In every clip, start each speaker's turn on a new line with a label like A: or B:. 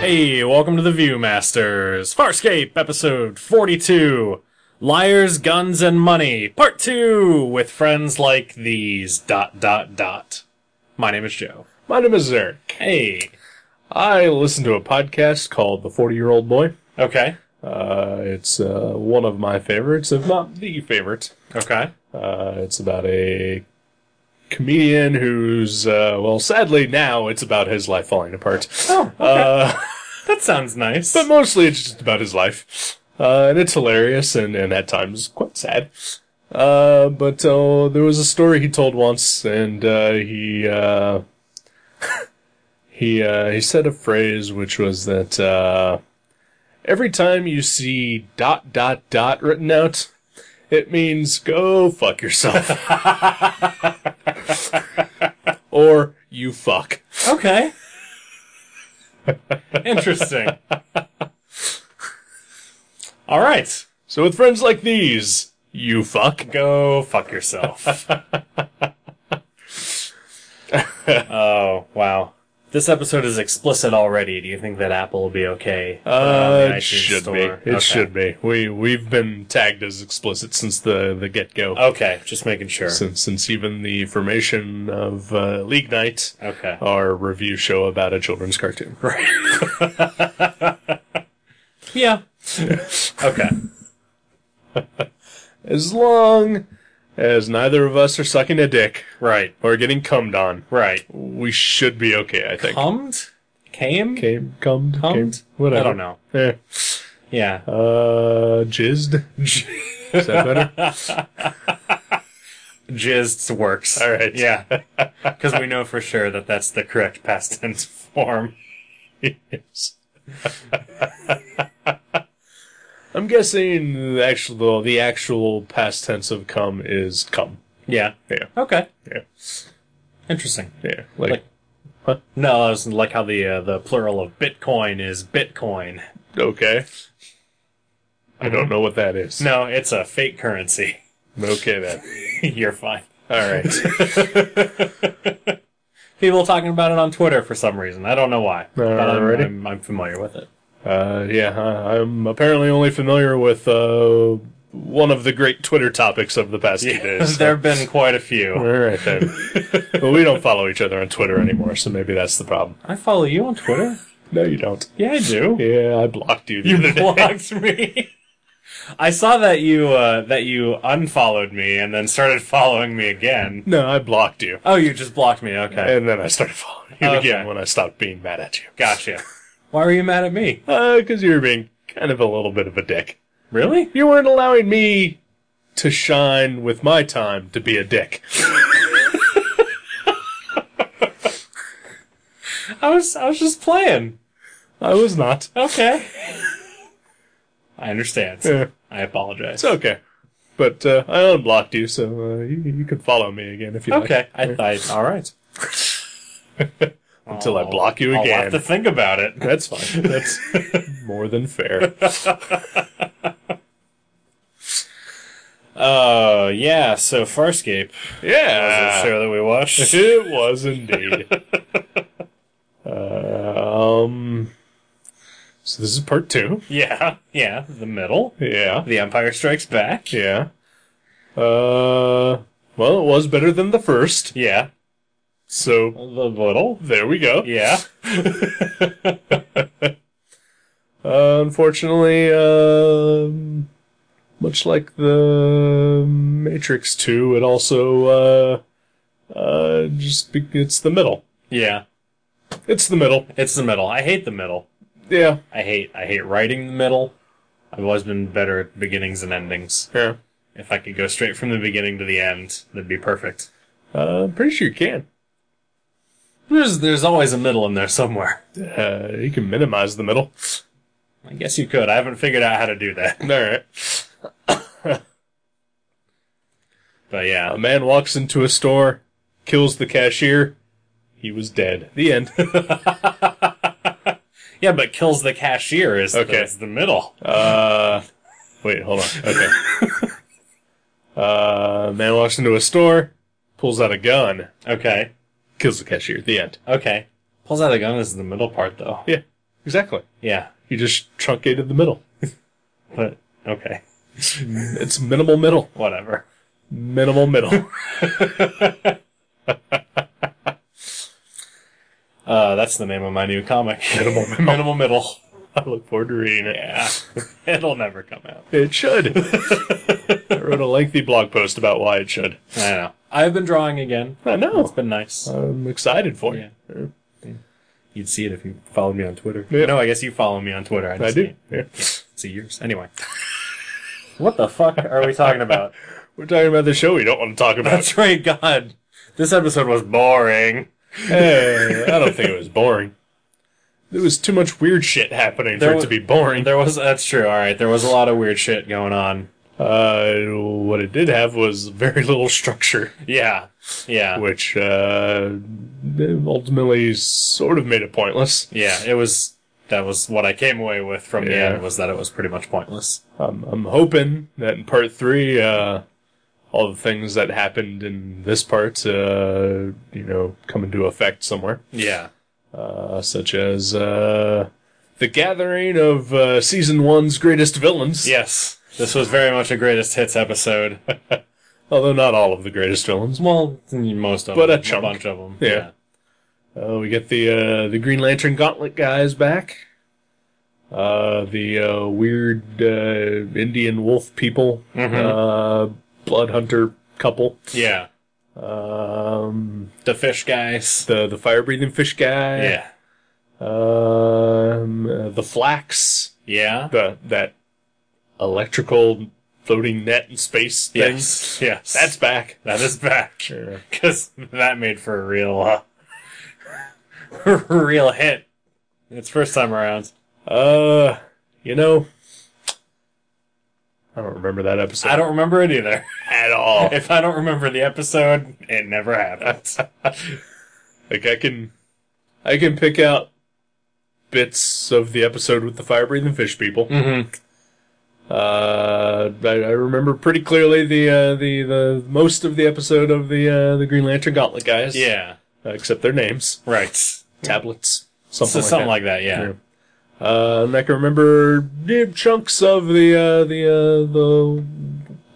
A: Hey, welcome to the Viewmasters. Farscape, episode 42. Liars, Guns, and Money, part 2, with friends like these, dot, dot, dot. My name is Joe.
B: My name is Eric.
A: Hey.
B: I listen to a podcast called The 40 Year Old Boy.
A: Okay.
B: Uh, it's uh, one of my favorites, if not the favorite.
A: Okay.
B: Uh, it's about a comedian who's, uh, well, sadly now it's about his life falling apart.
A: Oh,
B: Uh,
A: that sounds nice.
B: but mostly it's just about his life. Uh, and it's hilarious and, and at times quite sad. Uh, but uh, there was a story he told once, and uh, he uh, he uh, he said a phrase which was that uh, every time you see dot dot dot written out, it means go fuck yourself, or you fuck.
A: okay. Interesting. Alright.
B: So with friends like these, you fuck.
A: Go fuck yourself. oh, wow. This episode is explicit already. Do you think that Apple will be okay?
B: Uh, it should be. It should be. We we've been tagged as explicit since the the get go.
A: Okay, just making sure.
B: Since since even the formation of uh, League Night,
A: Okay.
B: our review show about a children's cartoon.
A: Yeah. okay.
B: As long as neither of us are sucking a dick
A: Right.
B: or getting cummed on,
A: Right.
B: we should be okay. I think.
A: Hummed? Came?
B: Came cummed
A: Hummed?
B: came- whatever.
A: I don't know.
B: Eh.
A: Yeah.
B: Uh, jizzed. Is that better?
A: Jizzed works.
B: All right.
A: Yeah. Because we know for sure that that's the correct past tense form.
B: Yes. I'm guessing the actual the actual past tense of come is come.
A: Yeah.
B: Yeah,
A: Okay.
B: yeah,
A: Interesting.
B: yeah. Like,
A: Like- No, I was like how the uh, the plural of Bitcoin is Bitcoin.
B: okay. I don't know what that is.
A: No, it's a fake currency.
B: Okay then.
A: You're fine.
B: All right.
A: People talking about it on Twitter for some reason. I don't know why, but I'm,
B: Alrighty.
A: I'm, I'm familiar with it.
B: Uh, yeah, I, I'm apparently only familiar with uh, one of the great Twitter topics of the past few days.
A: there have been quite a
B: All
A: few.
B: right then. well, we don't follow each other on Twitter anymore, so maybe that's the problem.
A: I follow you on Twitter.
B: No, you don't.
A: Yeah, I do.
B: Yeah, I blocked you. The other day.
A: Blocked me. I saw that you uh, that you unfollowed me and then started following me again.
B: No, I blocked you.
A: Oh, you just blocked me. Okay,
B: And then I started following you
A: Okay.
B: again when I stopped being mad at you.
A: gotcha. Why were you mad at me?
B: Because you were being kind of a little bit of a dick.
A: Really?
B: You weren't allowing me to shine with my time to be a dick.
A: I was I was just playing.
B: I was not.
A: Okay. I understand.
B: Yeah,
A: I apologize.
B: it's okay. But uh, I unblocked you, so uh, you, you can follow me again if you like.
A: Okay. I, I, all right.
B: Until I block you
A: I'll
B: again.
A: have to think about it.
B: That's fine. That's more than fair.
A: Oh, yeah. So Farscape
B: Yeah.
A: was a show that we watched.
B: It was indeed. Uh, um. So this is part two.
A: yeah. Yeah. The middle.
B: Yeah.
A: The Empire Strikes Back.
B: Yeah. Uh. Well, it was better than the first.
A: Yeah.
B: So
A: The little.
B: there we go.
A: Yeah.
B: Uh, unfortunately, um, much like the Matrix Two, it also uh, uh, just be- it's the middle.
A: Yeah.
B: It's the middle.
A: It's the middle. I hate the middle.
B: Yeah.
A: I hate, I hate writing the middle. I've always been better at beginnings and endings.
B: Yeah.
A: If I could go straight from the beginning to the end, that'd be perfect.
B: Uh, I'm pretty sure you can.
A: There's, there's always a middle in there somewhere.
B: Uh, you can minimize the middle.
A: I guess you could. I haven't figured out how to do that.
B: All right.
A: But yeah.
B: A man walks into a store, kills the cashier. He was dead. The end.
A: Yeah, but kills the cashier is,
B: Okay.
A: is the middle.
B: Uh, wait, hold on. Okay. Uh, man walks into a store, pulls out a gun,
A: Okay.
B: kills the cashier. The end.
A: Okay. Pulls out a gun is the middle part though.
B: Yeah. Exactly.
A: Yeah,
B: You just truncated the middle.
A: but okay,
B: It's minimal middle.
A: whatever.
B: Minimal middle.
A: Uh, that's the name of my new comic.
B: Minimal middle.
A: Minimal middle.
B: I look forward to reading it.
A: Yeah, it'll never come out.
B: It should. I wrote a lengthy blog post about why it should.
A: I know. I've been drawing again.
B: I
A: It's
B: know.
A: been nice.
B: I'm excited for you.
A: You'd see it if you followed me on Twitter.
B: Yeah.
A: No, I guess you follow me on Twitter. I,
B: I
A: just
B: do.
A: can't
B: Yeah.
A: See yours. Anyway. what the fuck are we talking about?
B: We're talking about the show we don't want to talk about.
A: That's right, God. This episode was boring.
B: hey, I don't think it was boring. There was too much weird shit happening
A: There
B: for it
A: wa-
B: to be boring.
A: There was that's true, alright. There was a lot of weird shit going on.
B: Uh, what it did have was very little structure,
A: Yeah. Yeah.
B: which uh, ultimately sort of made it pointless.
A: Yeah. It was that was what I came away with from the
B: Yeah.
A: end was that it was pretty much pointless.
B: I'm, Um, I'm hoping that in part three, uh, all the things that happened in this part, uh, you know, come into effect somewhere,
A: Yeah.
B: uh, such as uh, the gathering of uh, season one's greatest villains.
A: Yes. This was very much a greatest hits episode.
B: although not all of the greatest villains.
A: Well, most of
B: But a
A: them,
B: chunk.
A: bunch of them.
B: Yeah. Uh, we get the uh, the Green Lantern Gauntlet guys back. Uh, the uh, weird uh, Indian wolf people,
A: Mm-hmm.
B: uh, blood hunter couple.
A: Yeah.
B: Um,
A: The fish guys.
B: the the fire breathing fish guy.
A: yeah.
B: Um, uh, the flax,
A: Yeah.
B: the that electrical floating net in space thing.
A: Yes. Yes.
B: That's back.
A: that is back. Because that made for a real, uh, real hit. It's first time around.
B: Uh, you know, I don't remember that episode
A: I don't remember it either.
B: at all.
A: If I don't remember the episode, it never happened.
B: like I can, I can pick out bits of the episode with the fire breathing fish people.
A: mm-hmm.
B: Uh, I, I remember pretty clearly the uh, the the most of the episode of the uh, the Green Lantern Gauntlet guys.
A: Yeah.
B: uh, except their names,
A: Right.
B: tablets,
A: So
B: something,
A: something like
B: like
A: that.
B: that.
A: Yeah.
B: Yeah. Uh, and I can remember yeah, chunks of the uh, the uh, the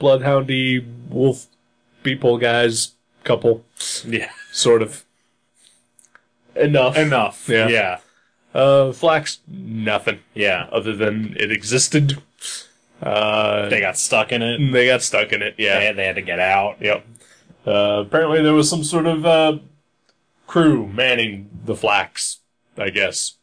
B: bloodhoundy wolf people guys couple
A: Yeah.
B: sort of enough.
A: Enough.
B: Yeah.
A: Yeah.
B: uh, Flax nothing
A: Yeah.
B: other than it existed. Uh,
A: They got stuck in it.
B: they got stuck in it. Yeah.
A: They, they had to get out.
B: Yep. Uh, apparently, there was some sort of uh, crew manning the flax. I guess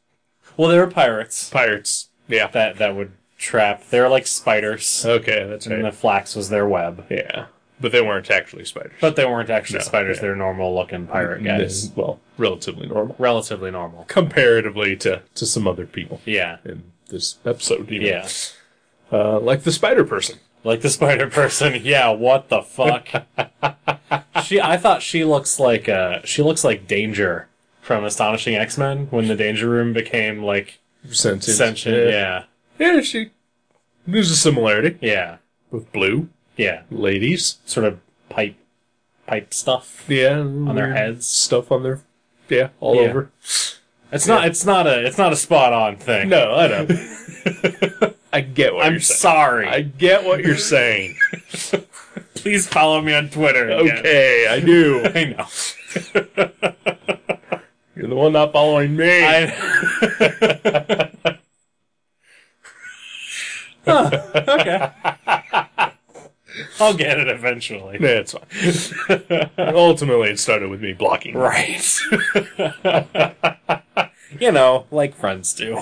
A: Well, they were pirates.
B: pirates. Yeah.
A: That that would trap. They're like spiders.
B: Okay, that's
A: And the
B: right.
A: flax was their web.
B: Yeah, but they weren't actually spiders.
A: But they weren't actually
B: No,
A: spiders.
B: yeah.
A: They're normal looking pirate
B: This
A: guys.
B: is, well, relatively normal
A: Relatively normal.
B: comparatively to to some other people
A: Yeah.
B: in this episode. Even.
A: Yeah.
B: uh, like the spider person.
A: Like the spider person. Yeah, what the fuck? she I thought she looks like uh she looks like Danger from Astonishing X-Men when the Danger Room became like
B: Sentient.
A: sentient.
B: Yeah.
A: Yeah.
B: yeah, she. There's a similarity
A: Yeah.
B: with blue
A: Yeah.
B: ladies.
A: Sort of pipe pipe stuff.
B: Yeah, on
A: their heads.
B: stuff on their. Yeah, all
A: Yeah.
B: over.
A: It's not it's not a it's not a spot on thing.
B: No, I know. I get what
A: I'm
B: you're saying.
A: sorry.
B: I get what you're saying.
A: Please follow me on Twitter. again.
B: Okay, I do.
A: I know.
B: You're the one not following me.
A: I... Oh, okay. I'll get it eventually.
B: Yeah, it's fine. Ultimately, it started with me blocking.
A: Right. you know, like friends do.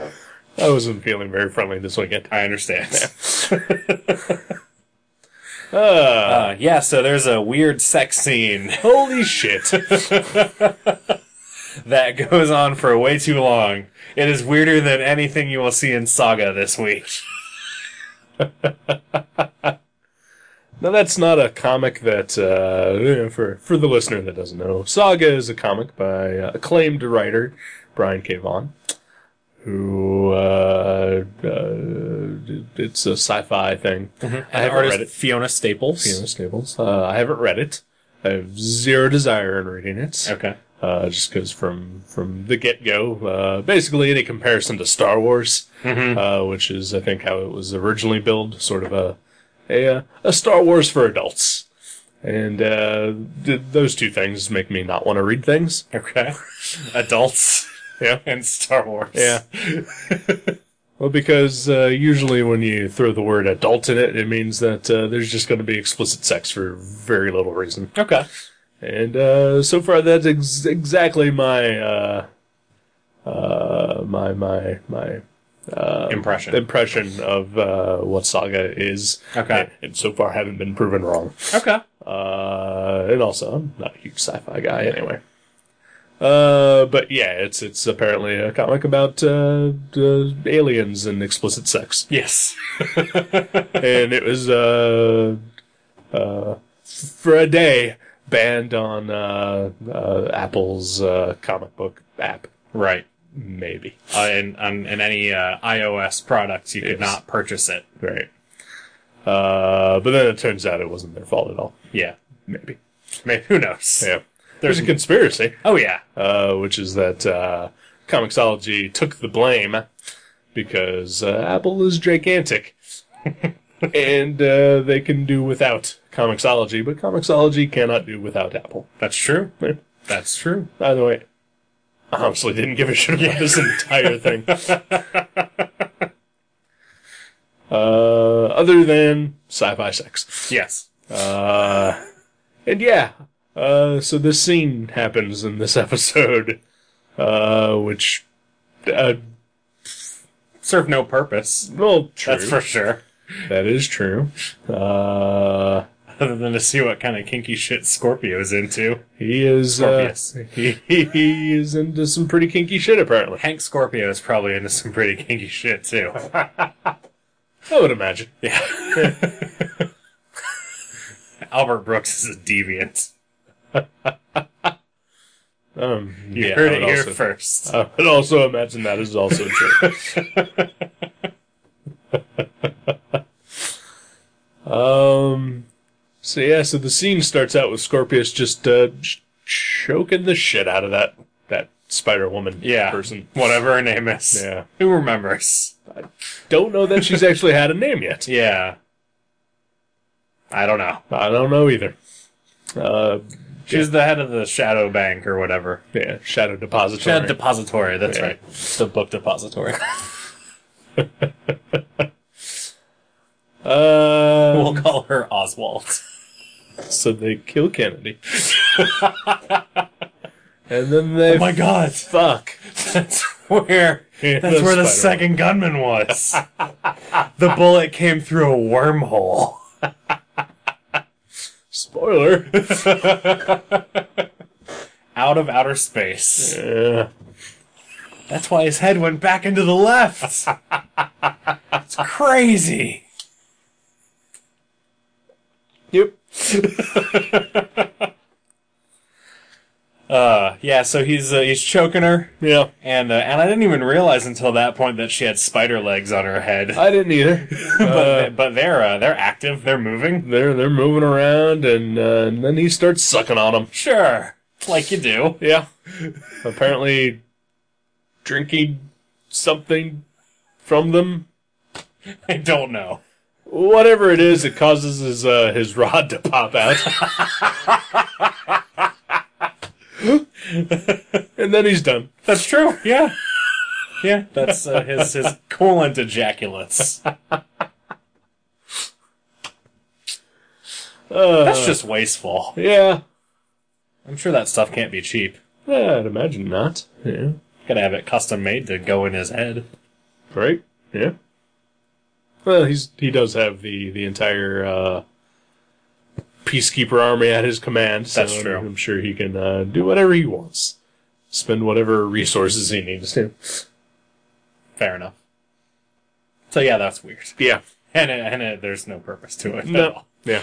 B: I wasn't feeling very friendly this weekend.
A: I understand.
B: Uh,
A: Uh, yeah, so there's a weird sex scene
B: holy shit.
A: that goes on for way too long. It is weirder than anything you will see in Saga this week.
B: now, that's not a comic that, uh, you know, for, for the listener that doesn't know, Saga is a comic by uh, acclaimed writer Brian K. Vaughan, who, uh, uh, it's a sci fi thing.
A: Mm-hmm.
B: I haven't read it.
A: Fiona Staples.
B: Fiona Staples. Uh, I haven't read it. I have zero desire in reading it.
A: Okay.
B: uh, just because from from the get go, uh, basically any comparison to Star Wars, uh, which is I think how it was originally billed, sort of a a uh, a Star Wars for adults, and uh, th- those two things make me not want to read things.
A: Okay. Adults
B: Yeah.
A: and Star Wars.
B: Yeah. well, because uh, usually when you throw the word adult in it, it means that uh, there's just going to be explicit sex for very little reason.
A: Okay.
B: And uh, so far, that's ex- exactly my uh, uh, my my my
A: Impression.
B: impression of uh, what Saga is.
A: Okay.
B: And so far, haven't been proven wrong.
A: okay.
B: Uh, and also, I'm not a huge sci-fi guy anyway. Uh, but yeah, it's it's apparently a comic about uh, uh, aliens and explicit sex,
A: Yes.
B: and it was uh, uh, for a day banned on uh, uh, Apple's uh, comic book app,
A: Right.
B: maybe.
A: Uh, in, on, in any uh, iOS products, you could
B: Yes.
A: not purchase it.
B: Right. Uh, but then it turns out it wasn't their fault at all.
A: Yeah.
B: Maybe.
A: I mean, who knows?
B: Yeah. There's a conspiracy.
A: Oh, yeah.
B: uh, which is that uh, Comixology took the blame because uh, Apple is gigantic and uh, they can do without Comixology, but Comixology cannot do without Apple.
A: That's true. That's true.
B: By the way, I honestly didn't give a shit about this entire thing. uh, other than sci fi sex.
A: Yes.
B: Uh, and yeah, uh, so this scene happens in this episode, uh, which, uh,
A: Serve no purpose.
B: well, true.
A: That's for sure.
B: That is true. Uh,
A: Other than to see what kind of kinky shit Scorpio's into.
B: he is, uh,
A: Scorpius.
B: he, he is into some pretty kinky shit, apparently.
A: Hank Scorpio is probably into some pretty kinky shit, too.
B: I would imagine.
A: Albert Brooks is a deviant.
B: Um,
A: You
B: yeah,
A: heard
B: I
A: it
B: would
A: here
B: also-
A: first.
B: I would Uh, also imagine that is also true. um, so yeah, so the scene starts out with Scorpius just uh, ch- choking the shit out of that that Spider Woman
A: yeah.
B: person.
A: Whatever her name is.
B: Yeah.
A: Who remembers?
B: Don't know that she's actually had a name yet.
A: Yeah. I don't know.
B: I don't know either. Uh,
A: She's the head of the Shadow Bank or whatever.
B: yeah, Shadow Depository.
A: Shadow Depository, that's
B: Yeah.
A: right. The book depository.
B: uh,
A: we'll call her Oswald.
B: so they kill Kennedy. and then they
A: Oh my god.
B: fuck.
A: That's where
B: Yeah,
A: that's where the
B: Spider-Man.
A: second gunman was. the bullet came through a wormhole.
B: Spoiler.
A: Out of outer space.
B: Yeah.
A: That's why his head went back into the left. it's crazy.
B: Yep.
A: Uh, yeah, so he's uh, he's choking her,
B: Yeah.
A: and uh, and I didn't even realize until that point that she had spider legs on her head.
B: I didn't either.
A: but,
B: Uh,
A: but they're uh, they're active, they're moving.
B: they're they're moving around, and, uh, and then he starts sucking on them.
A: Sure, like you do.
B: Yeah. Apparently, drinking something from them.
A: I don't know.
B: Whatever it is, it causes his uh, his rod to pop out. and then he's done.
A: That's true. Yeah, yeah. That's uh, his his coolant ejaculates.
B: Uh,
A: That's just wasteful.
B: yeah.
A: I'm sure that stuff can't be cheap.
B: I'd imagine not. Yeah.
A: Gotta have it custom made to go in his head.
B: Right? Yeah. Well, he's he does have the the entire uh, peacekeeper army at his command. So
A: That's true.
B: I'm sure he can uh, do whatever he wants, spend whatever resources he needs to.
A: Fair enough. So yeah, that's weird.
B: Yeah.
A: And it, and it, there's no purpose to it. at
B: No.
A: all.
B: Yeah.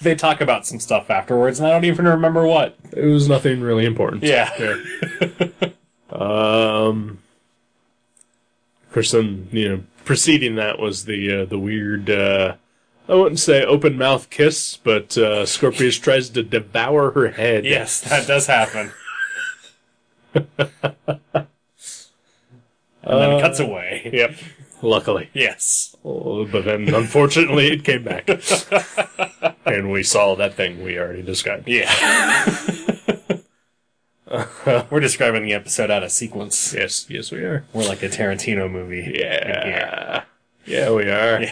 A: They talk about some stuff afterwards, and I don't even remember what.
B: It was nothing really important.
A: Yeah.
B: Um. Of course, then you know, preceding that was the uh, the weird. Uh, I wouldn't say open mouth kiss, but uh, Scorpius tries to devour her head.
A: Yes, that does happen. and then cuts away.
B: Yep. Luckily.
A: Yes.
B: Oh, But then, unfortunately, it came back. and we saw that thing we already described.
A: Yeah. We're describing the episode out of sequence.
B: Yes, yes, we are.
A: We're like a Tarantino movie. in here.
B: Yeah. Yeah, we are.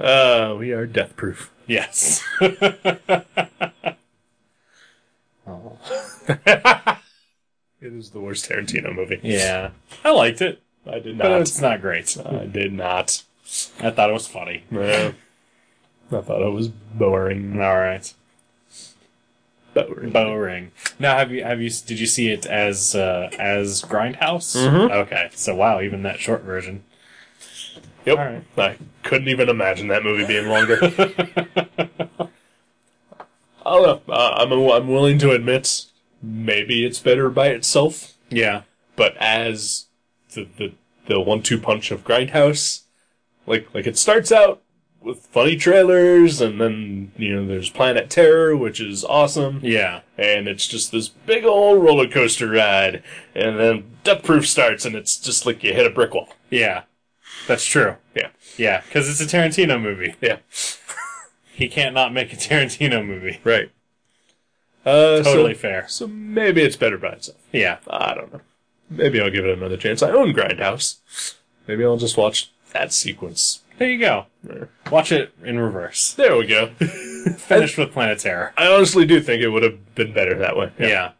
B: uh, we are death proof.
A: Yes.
B: It is the worst Tarantino movie.
A: Yeah. I liked it.
B: I did
A: But
B: not.
A: it's not great.
B: I did not.
A: I thought it was funny.
B: Uh, I thought it was boring.
A: All right.
B: Boring.
A: Bowring. Now, have you have you did you see it as uh, as Grindhouse?
B: Mhm.
A: Okay, so wow, even that short version.
B: Yep.
A: All right.
B: I couldn't even imagine that movie being longer. Although uh, I'm I'm willing to admit, maybe it's better by itself.
A: Yeah,
B: but as the the, the one two punch of Grindhouse, like like it starts out with funny trailers, and then you know there's Planet Terror, which is awesome,
A: yeah,
B: and it's just this big old roller coaster ride, and then Death Proof starts, and it's just like you hit a brick wall.
A: yeah. That's true.
B: Yeah,
A: Yeah, because it's a Tarantino movie.
B: yeah,
A: He can't not make a Tarantino movie.
B: right. Uh,
A: Totally
B: So,
A: fair.
B: so maybe it's better by itself.
A: Yeah,
B: I don't know. Maybe I'll give it another chance. I own Grindhouse. Maybe I'll just watch that sequence.
A: there you go. Watch it in reverse.
B: There we go.
A: Finish with Planet Terror.
B: I honestly do think it would have been better that way.
A: Yeah,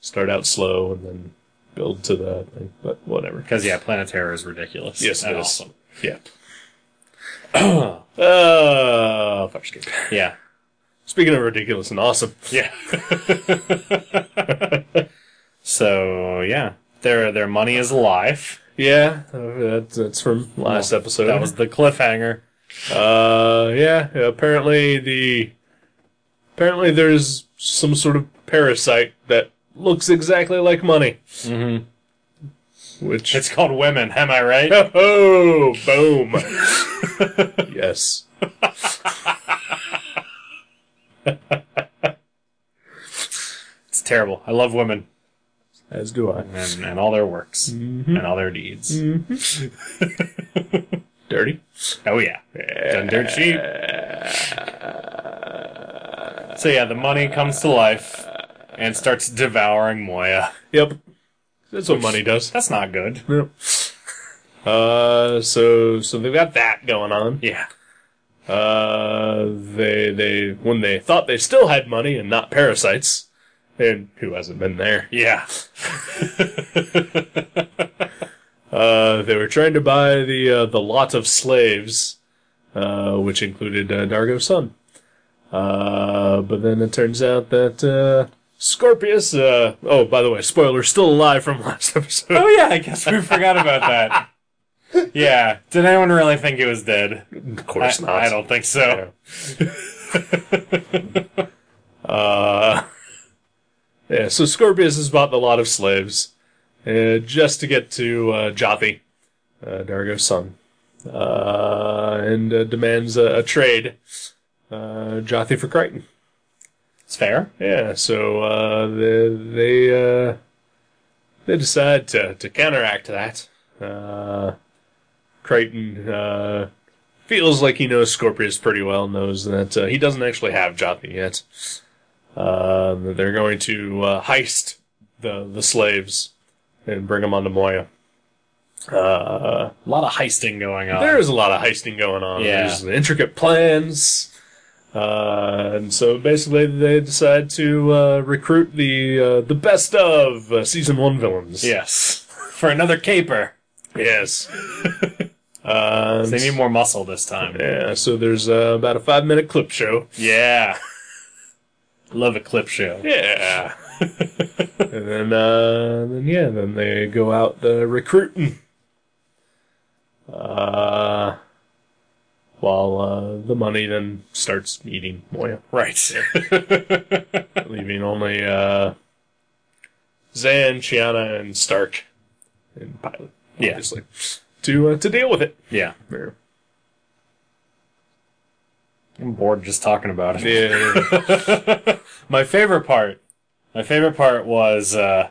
B: Start out slow and then build to the thing, but whatever.
A: because yeah, Planet Terror is ridiculous.
B: Yes, it
A: and
B: is.
A: awesome.
B: Yeah. uh, fire escape.
A: Yeah,
B: Speaking of ridiculous and awesome,
A: yeah. so yeah, their their money is alive.
B: yeah, uh, that's, that's from last episode.
A: That was the cliffhanger.
B: uh, yeah. Apparently the apparently there's some sort of parasite that looks exactly like money. Mm-hmm. Which
A: It's called women, am I right?
B: Oh, boom. yes.
A: It's terrible. I love women
B: As do I.
A: and, and all their works and all their deeds.
B: Dirty.
A: Oh yeah, done dirt cheap. So yeah, the money comes to life and starts devouring Moya.
B: Yep. That's what money does.
A: That's not good.
B: Yep. Uh, so so they've got that going on.
A: Yeah,
B: Uh, they they when they thought they still had money and not parasites, and who hasn't been there?
A: yeah,
B: Uh, they were trying to buy the uh, the lot of slaves, uh, which included uh, Dargo's son. Uh, but then it turns out that uh, Scorpius. Uh, oh, by the way, spoiler still alive from last episode.
A: Oh yeah, I guess we forgot about that. Yeah, did anyone really think he was dead?
B: of
A: Oh. I,
B: course not.
A: I don't think so.
B: uh, yeah, so Scorpius has bought the lot of slaves uh, just to get to uh, Jothi, uh, Dargo's son, uh, and uh, demands a, a trade, uh, Jothi for Crichton.
A: It's fair.
B: Yeah, so uh, they they, uh, they decide to, to counteract that. Uh, Crichton uh, feels like he knows Scorpius pretty well, knows that uh, he doesn't actually have Jothi yet. Um, they're going to uh, heist the the slaves and bring them onto Moya. Uh,
A: A lot of heisting going on.
B: there is a lot of heisting going on.
A: Yeah.
B: There's intricate plans. Uh, and so basically they decide to uh, recruit the uh, the best of uh, season one villains.
A: yes, for another caper.
B: Yes. uh,
A: They need more muscle this time.
B: yeah, so there's uh, about a five minute clip show.
A: Yeah. Love a clip show.
B: Yeah. and then, uh, then yeah, then they go out uh, recruiting. Uh, while uh, the money then starts eating Moya.
A: Right.
B: leaving only uh, Zan, Chiana, and Stark, and Pilot,
A: Yeah.
B: obviously, to uh, to deal with it.
A: yeah.
B: Yeah,
A: I'm bored just talking about it.
B: yeah,
A: My favorite part My favorite part was uh,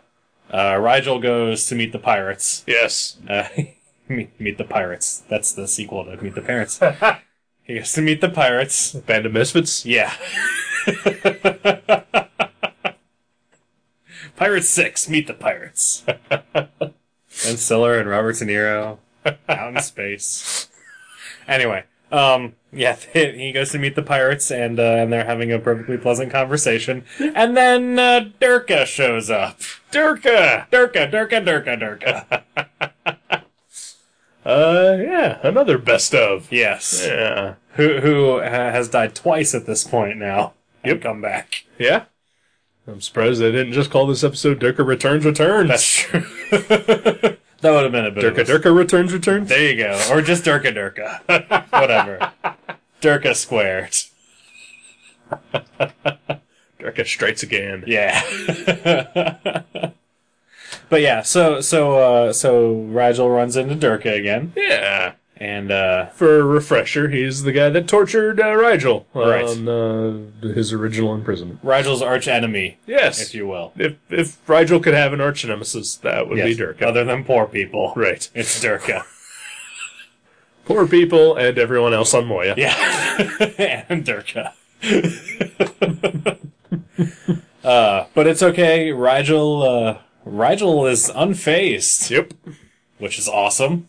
A: uh, Rigel goes to meet the pirates.
B: Yes.
A: Uh, meet, meet the pirates. That's the sequel to Meet the Parents. he goes to meet the pirates.
B: Band of Misfits.
A: Yeah. Pirate Six, meet the pirates. ben Stiller and Robert De Niro out in space. Anyway, um, yeah, he goes to meet the pirates, and uh, and they're having a perfectly pleasant conversation. And then uh, Durka shows up. Durka, Durka, Durka, Durka, Durka.
B: Uh, yeah, another best of.
A: Yes,
B: Yeah.
A: who who uh, has died twice at this point now. You
B: Yep.
A: come back.
B: Yeah. I'm surprised they didn't just call this episode Durka Returns Returns.
A: true. that would have been a bit. of
B: Durka
A: a-
B: Durka Returns Returns.
A: There you go. Or just Durka Durka. Whatever. Durka squared.
B: Durka Strikes Again.
A: Yeah. but yeah, so so uh so Rigel runs into Durka again
B: Yeah.
A: and uh
B: For a refresher, he's the guy that tortured uh, Rigel
A: Right.
B: on uh, his original imprisonment.
A: Rigel's arch enemy,
B: Yes.
A: if you will.
B: if if Rigel could have an arch nemesis, that would
A: Yes,
B: be Durka.
A: Other than poor people.
B: right.
A: It's Durka.
B: Poor people and everyone else on Moya.
A: Yeah. and Durka. uh but it's okay. Rigel uh Rigel is unfazed,
B: Yep.
A: which is awesome.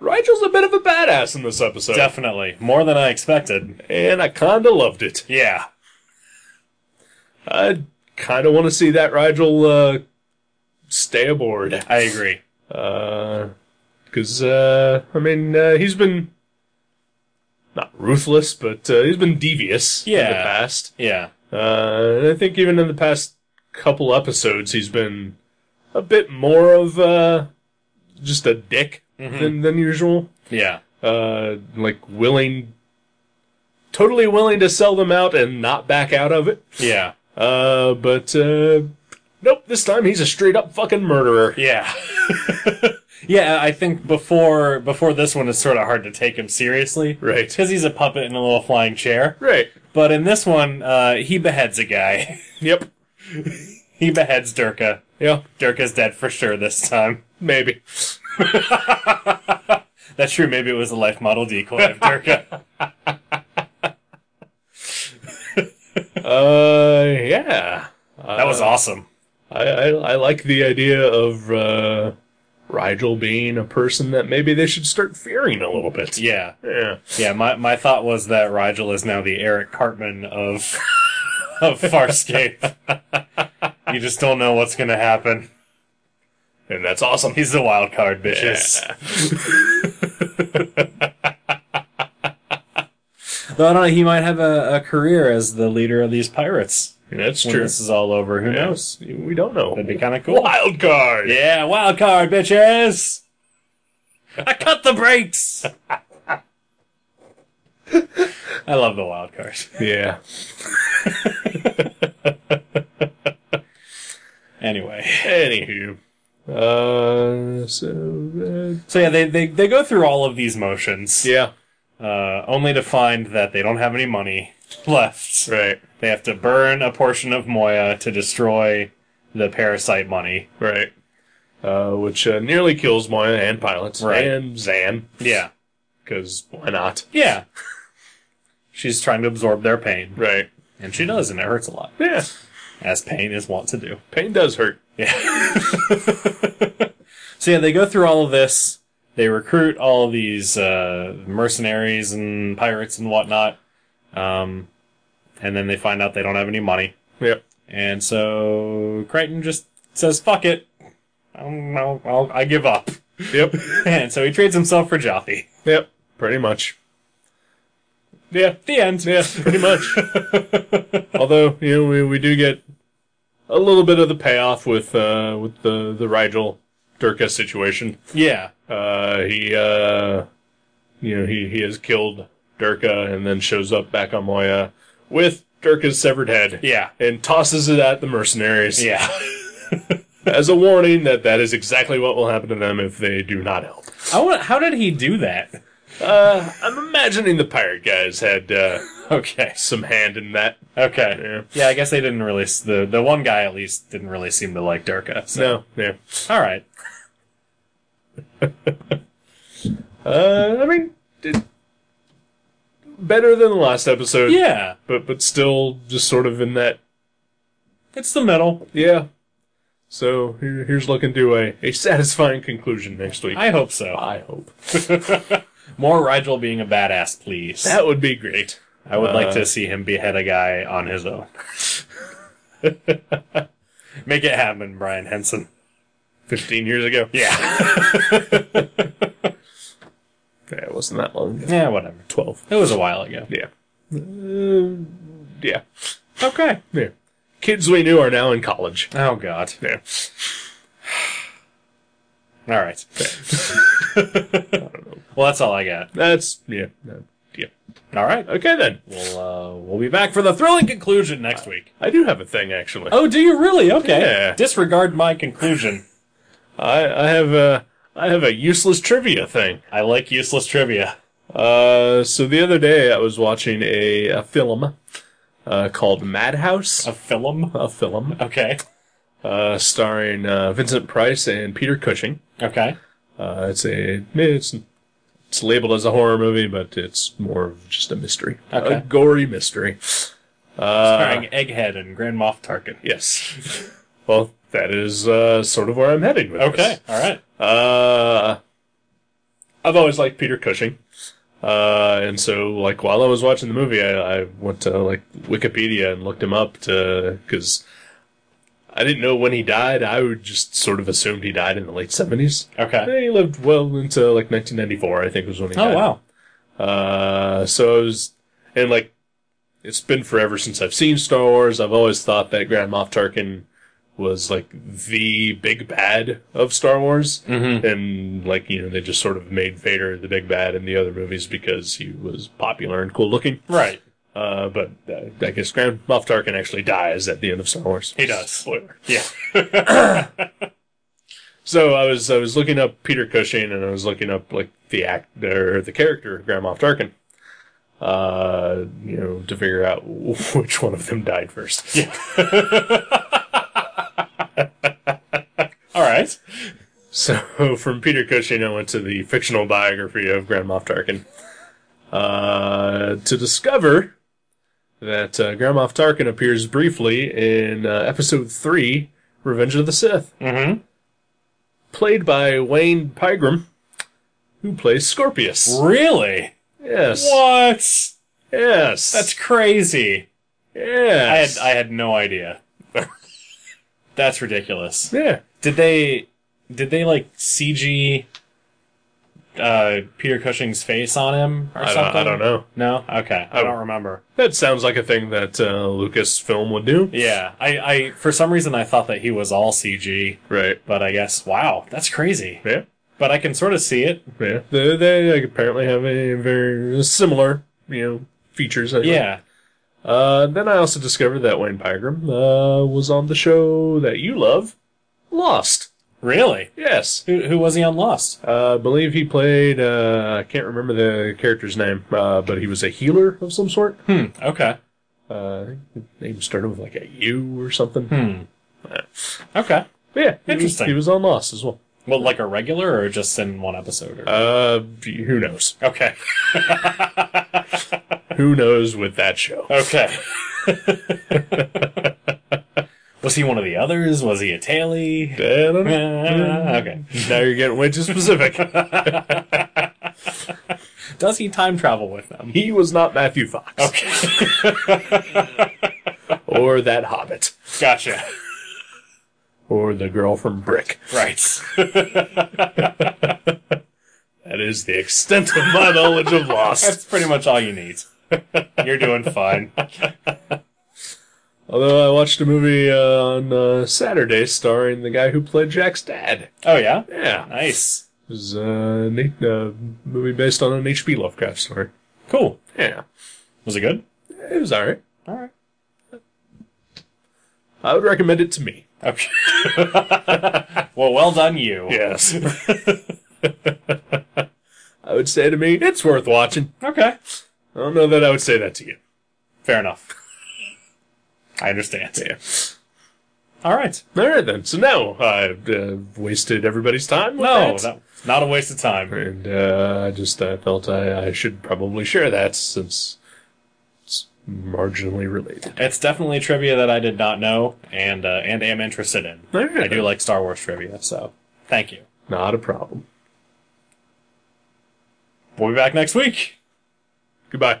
B: Rigel's a bit of a badass in this episode.
A: Definitely. More than I expected.
B: and I kinda loved it.
A: Yeah.
B: I kinda wanna see that Rigel uh stay aboard.
A: I agree.
B: Uh 'cause uh I mean uh, he's been not ruthless, but uh, he's been devious in the
A: Yeah.
B: past.
A: Yeah.
B: Uh, and I think even in the past couple episodes, he's been a bit more of uh, just a dick
A: Mm-hmm.
B: than, than usual.
A: Yeah.
B: Uh, like willing, totally willing to sell them out and not back out of it.
A: Yeah.
B: Uh, but uh, nope, this time he's a straight up fucking murderer.
A: Yeah. yeah, I think before before this one it's sort of hard to take him seriously.
B: Right,
A: Because he's a puppet in a little flying chair.
B: right.
A: But in this one, uh, he beheads a guy.
B: Yep.
A: he beheads Durka.
B: Yeah,
A: Durka's dead for sure this time.
B: maybe.
A: That's true, maybe it was a life model decoy of Durka.
B: Uh, yeah.
A: That was awesome.
B: I, I, I like the idea of uh, Rigel being a person that maybe they should start fearing a little bit.
A: Yeah.
B: Yeah.
A: Yeah, my, my thought was that Rigel is now the Eric Cartman of of Farscape. you just don't know what's gonna happen.
B: And that's awesome.
A: He's the wild card, bitches. Though I don't know, he might have a, a career as the leader of these pirates.
B: And that's
A: When
B: true.
A: this is all over, who
B: Yeah.
A: knows?
B: We don't know.
A: That'd be kind of cool.
B: Wild card.
A: Yeah, wild card, bitches! I cut the brakes! I love the wild card.
B: Yeah.
A: Anyway.
B: Anywho. Uh, so, uh,
A: So yeah, they, they, they go through all of these motions.
B: yeah.
A: Uh, only to find that they don't have any money left.
B: Right.
A: They have to burn a portion of Moya to destroy the parasite money.
B: Right. Uh, which uh, nearly kills Moya and pilots
A: Right.
B: and Zan,
A: Yeah.
B: because why not?
A: Yeah. She's trying to absorb their pain.
B: Right.
A: And she does, and it hurts a lot.
B: Yeah.
A: As pain is wont to do.
B: Pain does hurt.
A: So yeah, they go through all of this. They recruit all of these uh, mercenaries and pirates and whatnot. Um, and then they find out they don't have any money.
B: Yep.
A: And so Crichton just says, fuck it. I'm, I'll, I'll, I give up.
B: Yep.
A: And so he trades himself for Joffy.
B: Yep, pretty much.
A: Yeah. The end.
B: Yeah, pretty much. Although you know we, we do get a little bit of the payoff with uh, with the the Rigel Durka situation.
A: Yeah.
B: Uh, he uh, you know he he has killed Durka and then shows up back on Moya with Durka's severed head.
A: Yeah.
B: And tosses it at the mercenaries
A: Yeah.
B: as a warning that that is exactly what will happen to them if they do not help.
A: I want, how did he do that?
B: Uh, I'm imagining the pirate guys had uh,
A: Okay.
B: some hand in that.
A: Okay.
B: Yeah.
A: Yeah, I guess they didn't really s- the the one guy at least didn't really seem to like Durka. So.
B: No, yeah.
A: All right.
B: Uh, I mean, it, better than the last episode.
A: Yeah,
B: but but still, just sort of in that.
A: it's the middle.
B: Yeah. So here, here's looking to a, a satisfying conclusion next week.
A: I hope so.
B: I hope
A: More Rigel being a badass, please.
B: that would be great.
A: I would like
B: uh,
A: to see him behead a guy on his own. Make it happen, Brian Henson.
B: Fifteen years ago.
A: Yeah.
B: Yeah, it wasn't that long ago.
A: yeah, whatever.
B: Twelve.
A: It was a while ago.
B: Yeah. Uh, yeah.
A: Okay.
B: Yeah. Kids we knew are now in college.
A: Oh god.
B: Yeah.
A: All right. well, that's all I got.
B: That's yeah. no, Yeah.
A: All right.
B: Okay then.
A: We'll uh, we'll be back for the thrilling conclusion next week.
B: I do have a thing actually.
A: Oh, do you really? Okay.
B: Yeah.
A: Disregard my conclusion.
B: I I have a I have a useless trivia thing.
A: I like useless trivia.
B: Uh, so the other day I was watching a, a film, uh, called Madhouse.
A: A film.
B: A film,
A: Okay.
B: uh, starring uh, Vincent Price and Peter Cushing.
A: Okay.
B: Uh, it's a it's it's labeled as a horror movie, but it's more of just a mystery, a
A: Okay.
B: gory mystery. Uh,
A: Starring Egghead and Grand Moff Tarkin.
B: yes. Well, that is uh, sort of where I'm heading with
A: Okay.
B: this.
A: All right.
B: Uh, I've always liked Peter Cushing. Uh, and so, like, while I was watching the movie, I, I went to, like, Wikipedia and looked him up to, cause I didn't know when he died. I would just sort of assumed he died in the late 70s.
A: Okay.
B: And He lived well into, like, 1994, I think was when he died.
A: Oh wow.
B: Uh, so I was, and like, it's been forever since I've seen Star Wars. I've always thought that Grand Moff Tarkin was like the big bad of Star Wars, and like you know they just sort of made Vader the big bad in the other movies because he was popular and cool looking.
A: Right.
B: Uh, but uh, I guess Grand Moff Tarkin actually dies at the end of Star Wars.
A: He does.
B: Spoiler.
A: Yeah.
B: So I was I was looking up Peter Cushing and I was looking up like the actor, the character of Grand Moff Tarkin, uh, you know, to figure out which one of them died first.
A: All right.
B: So from Peter Cushing, I went to the fictional biography of Grand Moff Tarkin uh, to discover that uh, Grand Moff Tarkin appears briefly in uh, Episode Three, Revenge of the Sith,
A: Mhm.
B: played by Wayne Pygram, who plays Scorpius.
A: Really?
B: Yes.
A: What?
B: Yes.
A: That's crazy. I had
B: yes.
A: I had no idea. That's ridiculous.
B: yeah.
A: Did they did they like CG uh Peter Cushing's face on him or
B: I don't,
A: something?
B: I don't know.
A: No? Okay. I don't remember.
B: That sounds like a thing that uh, Lucasfilm would do.
A: Yeah. I, I for some reason I thought that he was all CG,
B: Right.
A: but I guess wow, that's crazy.
B: Yeah.
A: But I can sort of see it.
B: Yeah. They, they like, apparently have a very similar, you know, features. anyway.
A: Yeah.
B: Uh, then I also discovered that Wayne Pygram uh, was on the show that you love, Lost.
A: Really?
B: Yes.
A: Who who was he on Lost?
B: Uh, I believe he played, uh, I can't remember the character's name, uh, but he was a healer of some sort.
A: Hmm. Okay.
B: Uh, I think the name started with like a U or something.
A: Hmm. Okay.
B: Yeah, he was-
A: Interesting.
B: he was on Lost as well.
A: Well, like a regular or just in one episode? Or...
B: Uh, who knows?
A: okay.
B: Who knows with that show?
A: Okay. was he one of the others? Was he a tailie?
B: I don't know. Uh,
A: okay.
B: now you're getting way too specific.
A: Does he time travel with them?
B: he was not Matthew Fox
A: Okay.
B: or that Hobbit
A: Gotcha.
B: or the girl from Brick.
A: Right.
B: That is the extent of my knowledge of Lost.
A: That's pretty much all you need. You're doing fine.
B: Although I watched a movie uh, on uh, Saturday starring the guy who played Jack's dad.
A: Oh yeah.
B: Yeah,
A: Nice.
B: it was uh, an H- uh, movie based on an H.P. Lovecraft story.
A: Cool.
B: Yeah,
A: Was it good?
B: it was alright.
A: All right.
B: I would recommend it to me.
A: Okay. well, well done, you.
B: Yes. I would say to me, it's worth watching.
A: Okay.
B: I don't know that I would say that to you.
A: Fair enough. I understand.
B: Yeah.
A: All right.
B: All right then. So now I've uh, wasted everybody's time. with
A: No,
B: that.
A: Oh, that, not a waste of time.
B: and uh, I just I felt I, I should probably share that since it's marginally related.
A: It's definitely trivia that I did not know and uh, and am interested in.
B: All right.
A: I do like Star Wars trivia, so thank you.
B: Not a problem.
A: We'll be back next week.
B: Goodbye.